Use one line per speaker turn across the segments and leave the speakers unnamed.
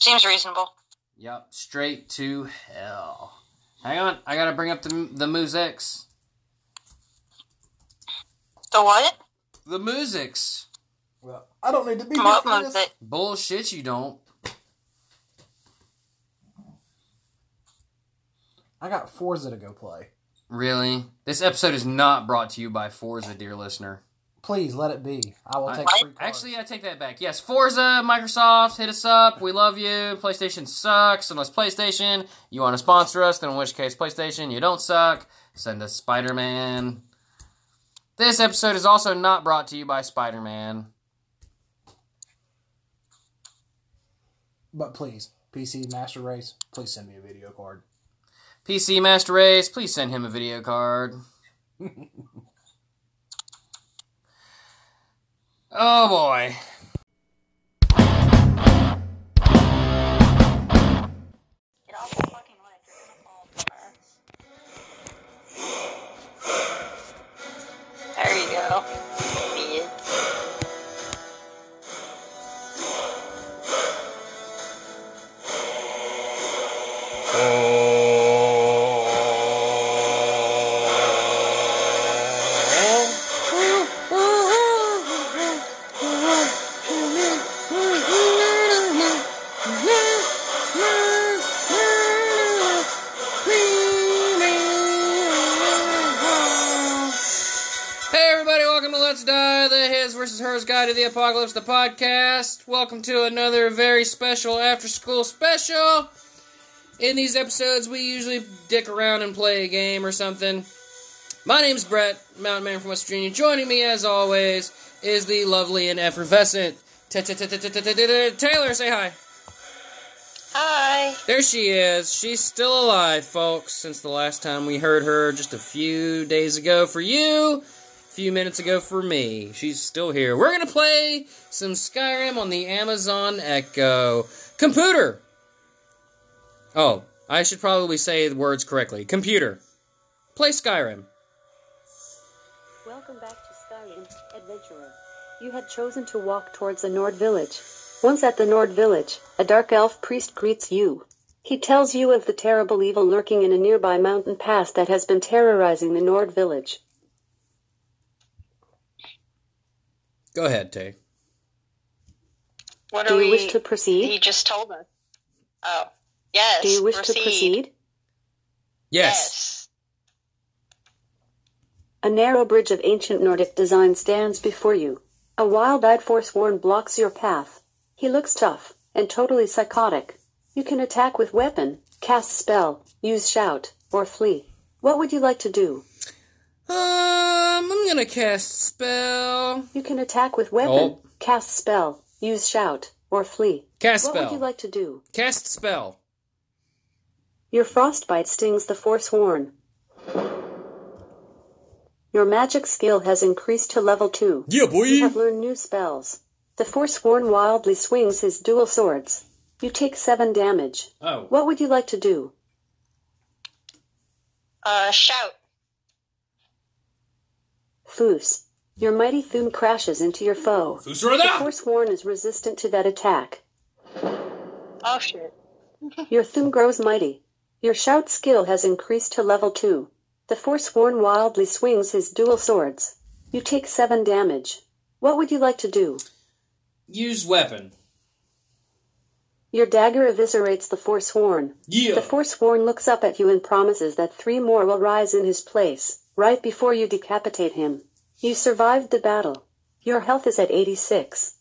Seems reasonable.
Yep, straight to hell. Hang on, I gotta bring up the the Muzix.
The what?
The Muzix.
Well, I don't need to be
Come up
here for
with
this.
it.
Bullshit, you don't.
I got Forza to go play.
Really? This episode is not brought to you by Forza, dear listener.
Please let it be. I will
I-
take
I-
free cards.
Actually, I take that back. Yes, Forza, Microsoft, hit us up. We love you. PlayStation sucks. Unless PlayStation, you want to sponsor us, then in which case, PlayStation, you don't suck. Send us Spider Man. This episode is also not brought to you by Spider Man.
but please, PC Master Race, please send me a video card.
PC Master Race, please send him a video card. oh boy.
Get off the fucking ledge. You're gonna fall somewhere. There you go. Bitch.
Hey everybody, welcome to Let's Die, the His versus Hers Guide to the Apocalypse, the podcast. Welcome to another very special after school special. In these episodes, we usually dick around and play a game or something. My name's Brett, Mountain Man from West Virginia. Joining me, as always, is the lovely and effervescent Taylor. Say hi.
Hi.
There she is. She's still alive, folks, since the last time we heard her just a few days ago for you, a few minutes ago for me. She's still here. We're going to play some Skyrim on the Amazon Echo computer. Oh, I should probably say the words correctly. Computer. Play Skyrim.
Welcome back to Skyrim, adventurer. You had chosen to walk towards the Nord village. Once at the Nord village, a dark elf priest greets you. He tells you of the terrible evil lurking in a nearby mountain pass that has been terrorizing the Nord village.
Go ahead, Tay.
What
Do
are we?
you wish to proceed?
Oh, He just told us. Oh. Yes.
Do you wish to proceed?
Yes.
A narrow bridge of ancient Nordic design stands before you. A wild eyed forsworn blocks your path. He looks tough and totally psychotic. You can attack with weapon, cast spell, use shout, or flee. What would you like to do?
Um, I'm going to cast spell.
You can attack with weapon,
Oh.
cast spell, use shout, or flee.
Cast
what
spell.
would you like to do?
Cast spell.
Your frostbite stings the forsworn. Your magic skill has increased to level 2.
Yeah,
You
boy.
have learned new spells. The Forsworn wildly swings his dual swords. You take seven damage.
Oh.
What would you like to do?
Uh, shout.
Foos. Your mighty Thum crashes into your foe. The
Fusurada!
Forsworn is resistant to that attack.
Oh shit.
Your Thum grows mighty. Your shout skill has increased to level 2. The Forsworn wildly swings his dual swords. You take seven damage. What would you like to do?
Use weapon.
Your dagger eviscerates the Forsworn.
Yeah.
The Forsworn looks up at you and promises that three more will rise in his place, right before you decapitate him. You survived the battle. Your health is at 86.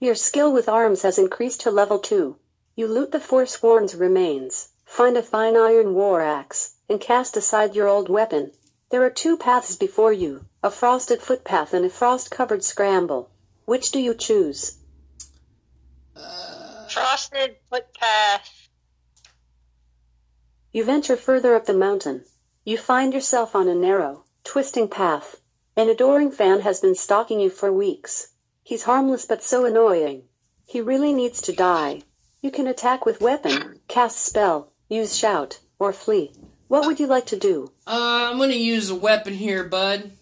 Your skill with arms has increased to level 2. You loot the Forsworn's remains, find a fine iron war axe, and cast aside your old weapon. There are two paths before you a frosted footpath and a frost covered scramble. Which do you choose?
Frosted footpath.
You venture further up the mountain. You find yourself on a narrow, twisting path. An adoring fan has been stalking you for weeks. He's harmless but so annoying. He really needs to die. You can attack with weapon, cast spell, use shout, or flee. What would you like to do?
Uh, I'm gonna use a weapon here, bud.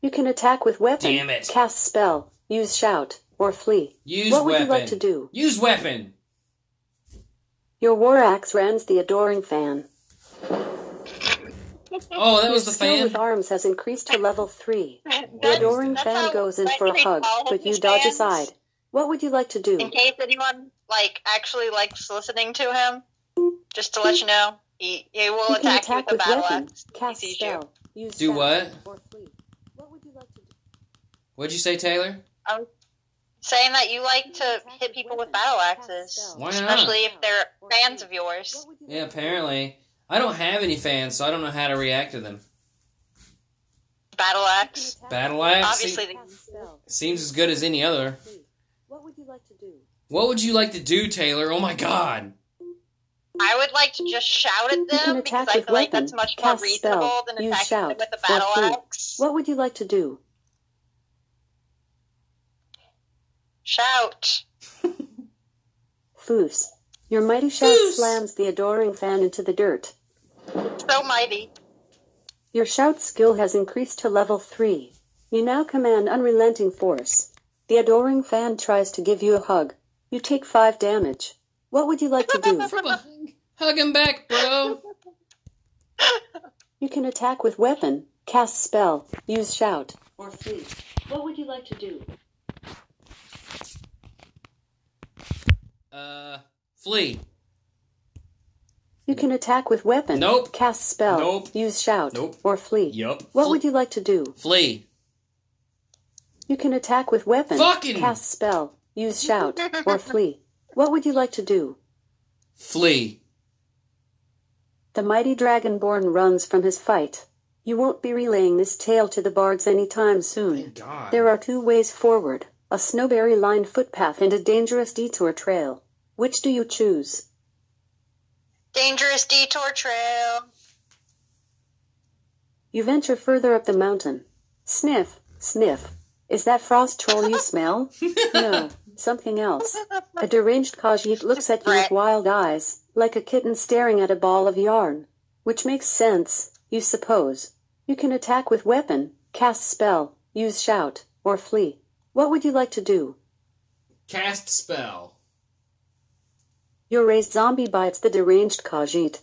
You can attack with weapon,
Damn it.
cast spell, use shout, or flee.
Use
what would
weapon.
you like to do?
Use weapon.
Your war axe rends the adoring fan.
Oh, that was the
Your skill
fan.
with arms has increased to level 3. The
That's-
adoring
that's
fan
how-
goes in
like,
for a
they
hug,
call
but
his
you dodge
fans,
aside. What would you like to do?
In case anyone like actually likes listening to him, just to let you know, he, he will
You can
attack,
attack
you
with
with a battle
weapon,
axe. if
cast
he sees you.
spell, use
Do
spell,
what?
or flee. What would you like to do?
What'd you say, Taylor?
I'm saying that you like to hit people with battle axes,
Why not?
especially if they're fans of yours.
What would you
Yeah,
like to do?
apparently. I don't have any fans, so I don't know how to react to them.
Battle axe.
Attack
Battle
with
axe se-
Obviously,
weapon, cast spell,
seems as good as any other.
flee. What would you like to do?
What would you like to do, Taylor? Oh my god.
I would like to just shout at
You can
them because
attack
I
with
feel like
weapon,
that's much more
cast
reasonable
spell,
than
use
attacking
shout,
them with
or
a battle
flee.
axe.
What would you like to do?
Shout.
Foos. Your mighty shout
Foos.
slams the adoring fan into the dirt.
So mighty.
Your shout skill has increased to level 3. You now command unrelenting force. The adoring fan tries to give you a hug. You take 5 damage. What would you like to do?
Hug him back, bro.
You can attack with weapon, cast spell, use shout, or flee. What would you like to do?
Uh, flee.
You can attack with weapon,
Nope.
cast spell,
Nope.
use shout,
Nope.
or flee.
Yup.
What would you like to do?
Flee.
You can attack with weapon,
Fucking-
cast spell, use shout, or flee. What would you like to do?
Flee.
The mighty dragonborn runs from his fight. You won't be relaying this tale to the bards anytime soon.
God.
There are two ways forward a snowberry lined footpath and a dangerous detour trail. Which do you choose?
Dangerous detour trail.
You venture further up the mountain. Sniff, sniff. Is that frost troll you smell? no, something else. A deranged Khajiit looks at you with wild eyes, like a kitten staring at a ball of yarn. Which makes sense, you suppose. You can attack with weapon, cast spell, use shout, or flee. What would you like to do?
Cast spell.
Your raised zombie bites the deranged Khajiit.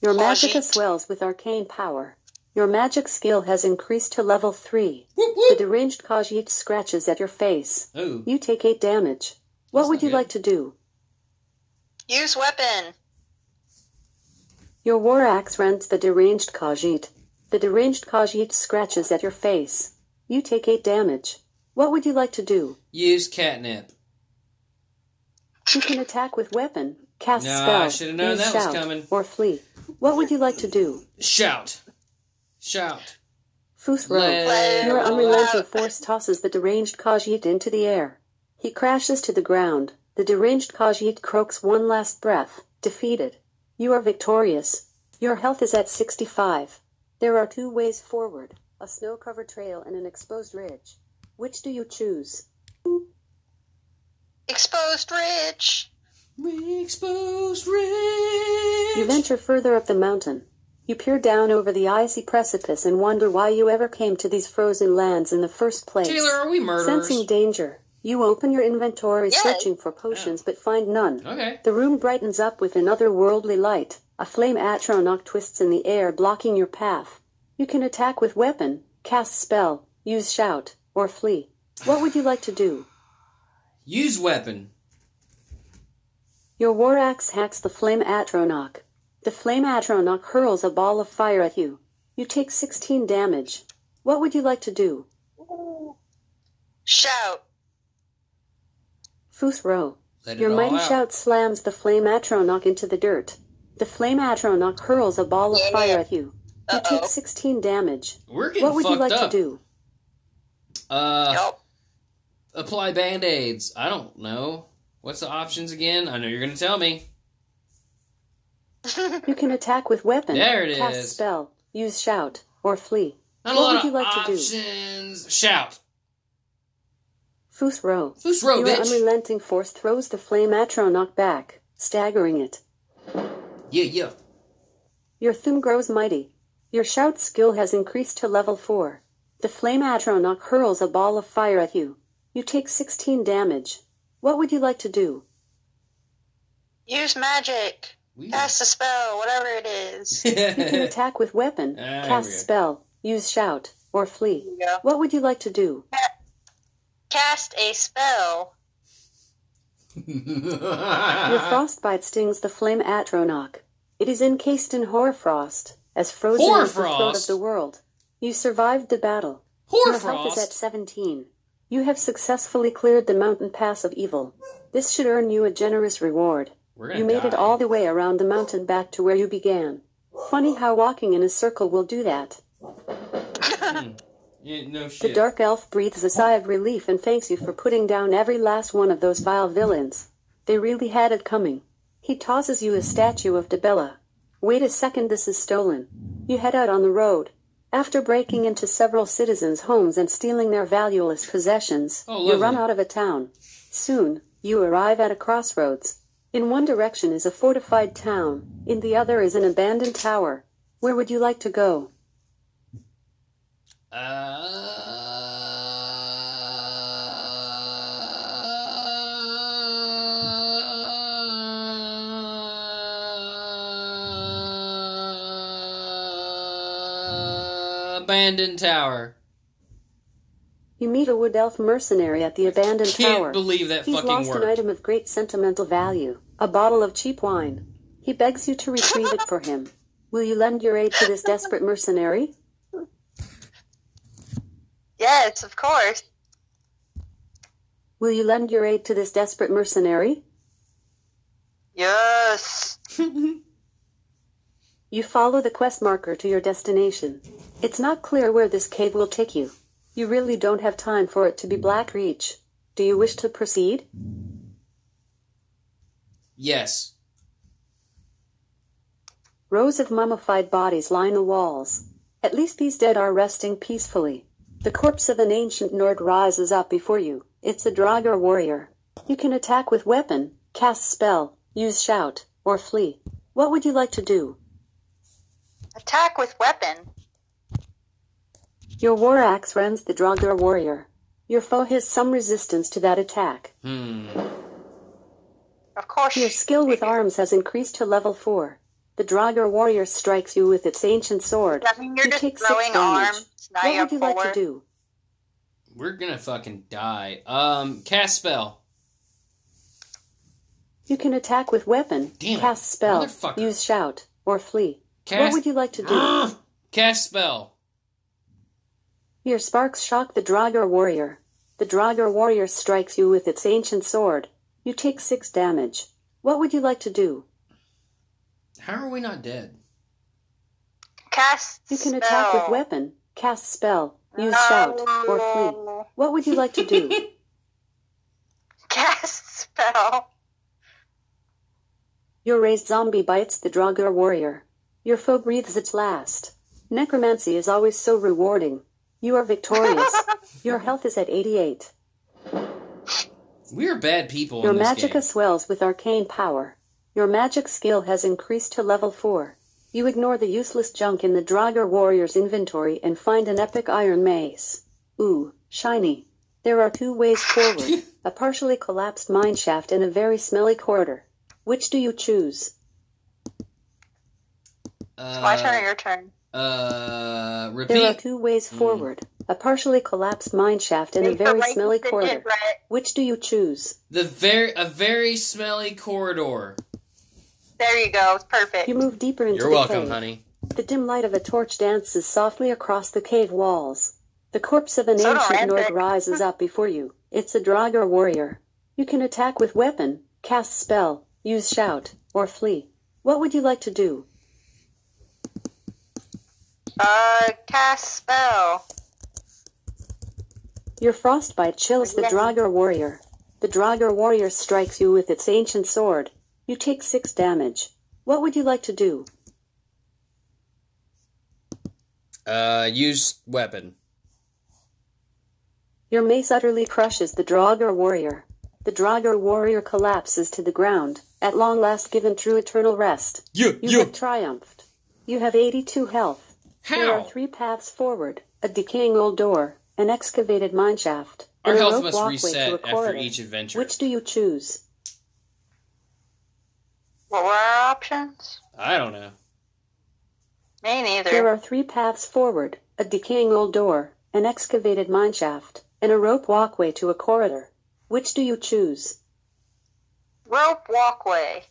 Your magica
Khajiit.
swells with arcane power. Your magic skill has increased to level 3.
Whoop
The
whoop.
deranged Khajiit scratches at your face.
Ooh.
You take 8 damage. What
That's
would
not
you
good.
like to do?
Use weapon.
Your war axe rends the deranged Khajiit. The deranged Khajiit scratches at your face. You take 8 damage. What would you like to do?
Use catnip.
You can attack with weapon, cast
Nah, I
spell,
should've known
use
that was
shout,
coming.
or flee. What would you like to do?
Shout. Shout.
Foos
Let
row. Your
it
unrelenting
out.
force tosses the deranged Khajiit into the air. He crashes to the ground. The deranged Khajiit croaks one last breath, defeated. You are victorious. Your health is at 65. There are two ways forward a snow covered trail and an exposed ridge. Which do you choose?
Exposed ridge.
Exposed
You
ridge.
venture further up the mountain. You peer down over the icy precipice and wonder why you ever came to these frozen lands in the first place.
Taylor, are we murderers?
Sensing danger, you open your inventory
Yes.
searching for potions but find none.
Okay.
The room brightens up with an otherworldly light. A flame atronach twists in the air, blocking your path. You can attack with weapon, cast spell, use shout, or flee. What would you like to do?
Use weapon.
Your war axe hacks the flame atronach. The flame atronach hurls a ball of fire at you. You take 16 damage. What would you like to do?
Shout.
Foos row.
Let it
Your
all
mighty
out.
shout slams the flame atronach into the dirt. The flame atronach hurls a ball of
Yeah.
fire at you. You
Uh-oh.
take 16 damage.
We're getting
What would you
fucked
like
up.
to do?
Uh,
Yup.
apply band aids. I don't know. What's the options again? I know you're gonna tell me.
You can attack with weapon,
There it
cast
is.
spell, use shout, or flee.
Not a
What
lot
would
of
you like to do?
options. Shout.
Foos row.
Foos row,
Your
bitch.
unrelenting force throws the flame atronach back, staggering it.
Yeah, yeah.
Your thum grows mighty. Your shout skill has increased to level 4. The flame atronach hurls a ball of fire at you. You take 16 damage. What would you like to do?
Use magic.
We-
Cast a spell, whatever it is.
You can attack with weapon,
Ah, here we
cast
go.
spell, use shout, or flee.
Yeah.
What would you like to do?
Cast a spell.
Your
Ah.
frostbite stings the flame atronach. It is encased in hoarfrost, as frozen as the throat
Hoarfrost?
of the world. You survived the battle. Your health is at
Horfrost.
17. You have successfully cleared the mountain pass of evil. This should earn you a generous reward.
We're
You made it
die.
all the way around the mountain back to where you began. Funny how walking in a circle will do that.
Yeah, no shit.
The dark elf breathes a sigh of relief and thanks you for putting down every last one of those vile villains. They really had it coming. He tosses you a statue of Debella. Wait a second, this is stolen. You head out on the road. After breaking into several citizens' homes and stealing their valueless possessions,
Oh,
you run
lovely.
out of a town. Soon, you arrive at a crossroads. In one direction is a fortified town, in the other is an abandoned tower. Where would you like to go?
Uh, Uh, abandoned tower.
You meet a wood elf mercenary at the abandoned
Can't
tower.
believe that
He's
fucking
lost
word.
an item of great sentimental value, a bottle of cheap wine. He begs you to retrieve it for him. Will you lend your aid to this desperate mercenary?
Yes, of course.
Will you lend your aid to this desperate mercenary?
Yes.
You follow the quest marker to your destination. It's not clear where this cave will take you. You really don't have time for it to be Black Reach. Do you wish to proceed?
Yes.
Rows of mummified bodies line the walls. At least these dead are resting peacefully. The corpse of an ancient Nord rises up before you. It's a Draugr warrior. You can attack with weapon, cast spell, use shout, or flee. What would you like to do?
Attack with weapon.
Your war axe rends the Draugr warrior. Your foe has some resistance to that attack.
Hmm.
Of course.
Your skill with arms has increased to level 4. The Draugr warrior strikes you with its ancient sword.
I mean, you're
you
just
take
throwing
6 damage.
arms. Now
What
you're
would you like to
four.
do?
We're gonna fucking die. Um, cast spell.
You can attack with weapon,
Damn it,
cast spell,
motherfucker.
use shout, or flee. What
Cast.
would you like to do?
cast spell.
Your sparks shock the Draugr warrior. The Draugr warrior strikes you with its ancient sword. You take six damage. What would you like to do?
How are we not dead?
Cast.
You can
spell.
attack with weapon, cast spell, use shout, or flee.
No.
What would you like to do?
Cast spell.
Your raised zombie bites the Draugr warrior. Your foe breathes its last. Necromancy is always so rewarding. You are victorious. Your health is at 88.
We are bad people.
Your
in this
magicka
game.
swells with arcane power. Your magic skill has increased to level 4. You ignore the useless junk in the Draugr warrior's inventory and find an epic iron mace. Ooh, shiny. There are two ways forward a partially collapsed mine shaft and a very smelly corridor. Which do you choose?
Uh,
It's My turn or your turn?
Uh,
There are
repeat. Hmm.
two ways forward a partially collapsed mine shaft and a
It's the
very
right
smelly
thing to
corridor.
do, right?
Which do you choose?
The very a very smelly corridor.
There you go. It's perfect.
You move deeper into
You're
the
welcome,
cave.
honey.
The dim light of a torch dances softly across the cave walls. The corpse of an
So
ancient Nord
romantic.
rises up before you. It's a Draugr warrior. You can attack with weapon, cast spell, use shout, or flee. What would you like to do?
Uh, cast spell.
Your frostbite chills the
Yes.
Draugr warrior. The Draugr warrior strikes you with its ancient sword. You take six damage. What would you like to do?
Uh, use weapon.
Your mace utterly crushes the Draugr warrior. The Draugr warrior collapses to the ground, at long last given true eternal rest.
You,
You
you.
have triumphed. You have 82 health. There are
How?
three paths forward a decaying old door, an excavated mineshaft,
Our
and a
health
rope
must
walkway
reset
to a
after
corridor.
each adventure.
Which do you choose?
What were our options?
I don't know.
Me neither.
There are three paths forward a decaying old door, an excavated mineshaft, and a rope walkway to a corridor. Which do you choose?
Rope walkway.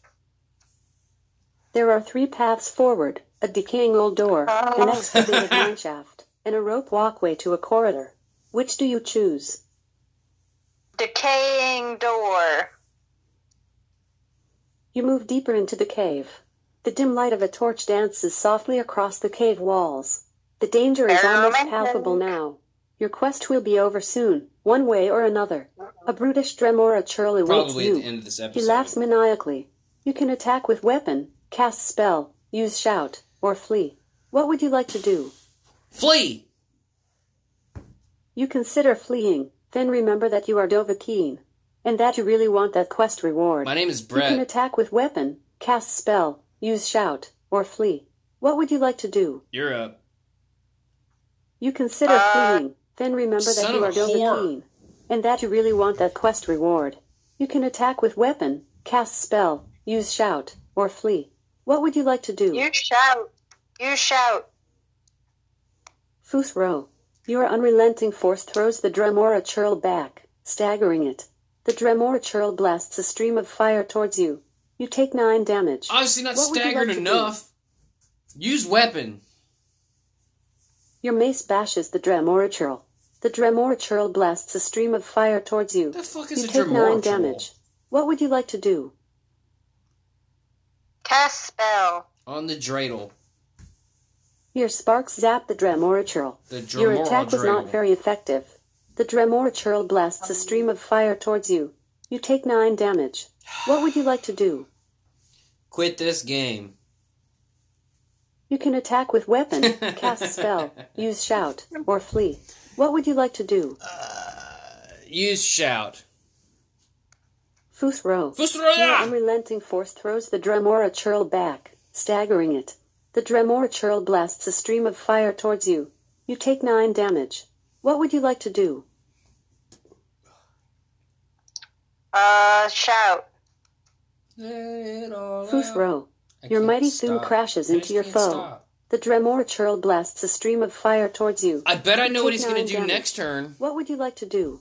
There are three paths forward a decaying old door, an excavated mineshaft, and a rope walkway to a corridor. Which do you choose?
Decaying door.
You move deeper into the cave. The dim light of a torch dances softly across the cave walls. The danger is almost
Momentum.
palpable now. Your quest will be over soon, one way or another. A brutish Dremora churl awaits
Probably at the
you.
end of this
He
episode.
laughs maniacally. You can attack with weapon, cast spell, use shout, or flee. What would you like to do?
Flee!
You consider fleeing, then remember that you are Dovahkiin, and that you really want that quest reward.
My name is
You can
Brett.
attack with weapon, cast spell, use shout, or flee. What would you like to do?
You're up.
You consider
Uh,
fleeing, then remember that
son
you are
of a whore.
Dovahkiin, and that you really want that quest reward. You can attack with weapon, cast spell, use shout, or flee. What would you like to do?
You shout. You shout.
Futh Row. Your unrelenting force throws the Dremora churl back, staggering it. The Dremora churl blasts a stream of fire towards you. You take nine damage.
Obviously not
What would you
staggered
like to do?
enough. Use weapon.
Your mace bashes the Dremora churl. The Dremora churl blasts a stream of fire towards you.
The fuck is
You
a
take nine
Dremora troll?
damage. What would you like to do?
Cast spell.
On the dreidel.
Your sparks zap the Dremora churl.
The Dremora
Your attack was
dreidel.
not very effective. The Dremora churl blasts a stream of fire towards you. You take nine damage. What would you like to do?
Quit this game.
You can attack with weapon, cast spell, use shout, or flee. What would you like to do?
Use shout.
Futh row. Your
Fusraya!
unrelenting force throws the Dremora churl back, staggering it. The Dremora churl blasts a stream of fire towards you. You take nine damage. What would you like to do?
Uh, shout.
Let it all
Futh
out.
row.
I
Your
can't
mighty Thun
stop.
crashes
I
into
just
your
can't
foe.
stop.
The Dremora churl blasts a stream of fire towards you.
I bet I know
You
what
take
he's going
nine
to do
damage.
next turn.
What would you like to do?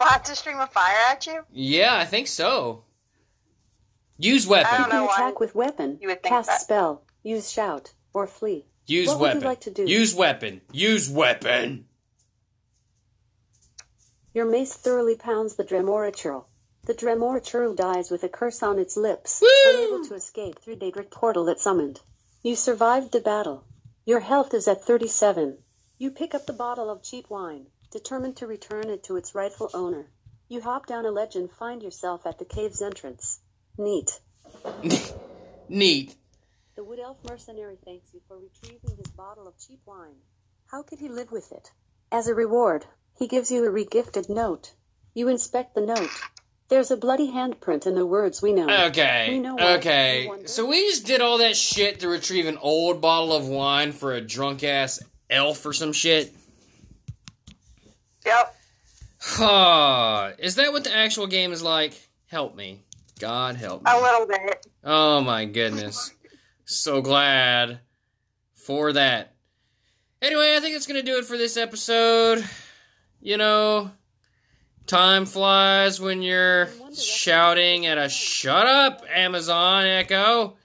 Lots of stream of fire at you.
Yeah, I think so.
I
Use
You
don't
weapon.
know
can
why
attack with weapon,
you would think
cast
that.
spell, use shout, or flee.
Use
What would you
weapon.
like to do?
Use weapon. Use weapon.
Your mace thoroughly pounds the Dremora churl. The Dremora churl dies with a curse on its lips, unable to escape through Daedric portal it summoned. You survived the battle. Your health is at 37. You pick up the bottle of cheap wine, determined to return it to its rightful owner. You hop down a ledge and find yourself at the cave's entrance. Neat.
Neat.
The wood elf mercenary thanks you for retrieving his bottle of cheap wine. How could he live with it? As a reward, he gives you a regifted note. You inspect the note. There's a bloody handprint in the words we know. We
Okay.
know why
Okay.
you wonder.
So we just did all that shit to retrieve an old bottle of wine for a drunk ass elf or some shit.
Yep.
Huh. Is that what the actual game is like? Help me. God help me.
A little bit.
Oh my goodness. So glad for that. Anyway, I think that's going to do it for this episode. You know, time flies when you're shouting at a shut up, Amazon Echo.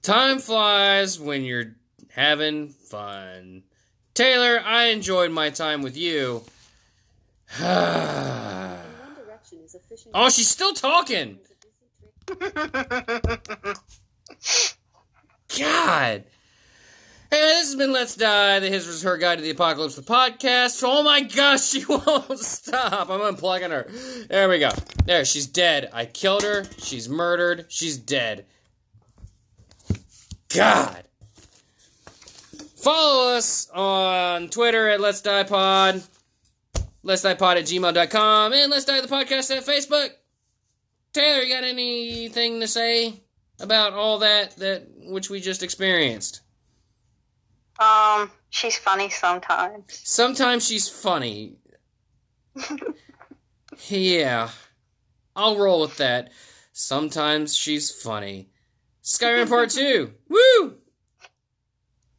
Time flies when you're having fun. Taylor, I enjoyed my time with you.
One direction is a fishing
Oh, she's still talking. God. Hey, this has been Let's Die, the His vs. Her Guide to the Apocalypse, the podcast. Oh my gosh, she won't stop. I'm unplugging her. There we go. There, she's dead. I killed her. She's murdered. She's dead. God. Follow us on Twitter at Let's Die Pod, Let's Die Pod at gmail.com, and Let's Die the Podcast at Facebook. Taylor, you got anything to say about all that that which we just experienced?
Um, She's funny sometimes.
Sometimes she's funny. yeah. I'll roll with that. Sometimes she's funny. Skyrim Part 2. Woo!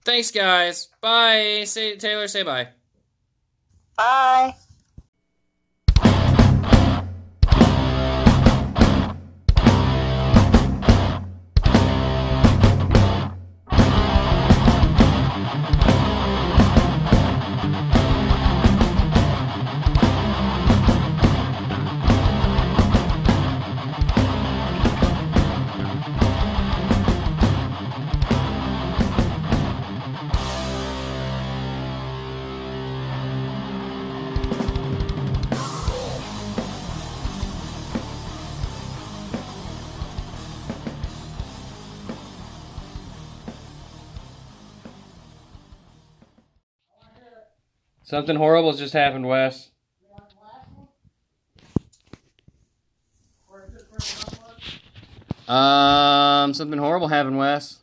Thanks, guys. Bye. Say, Taylor, say bye.
Bye.
Something horrible's just happened, Wes. Um, something horrible happened, Wes.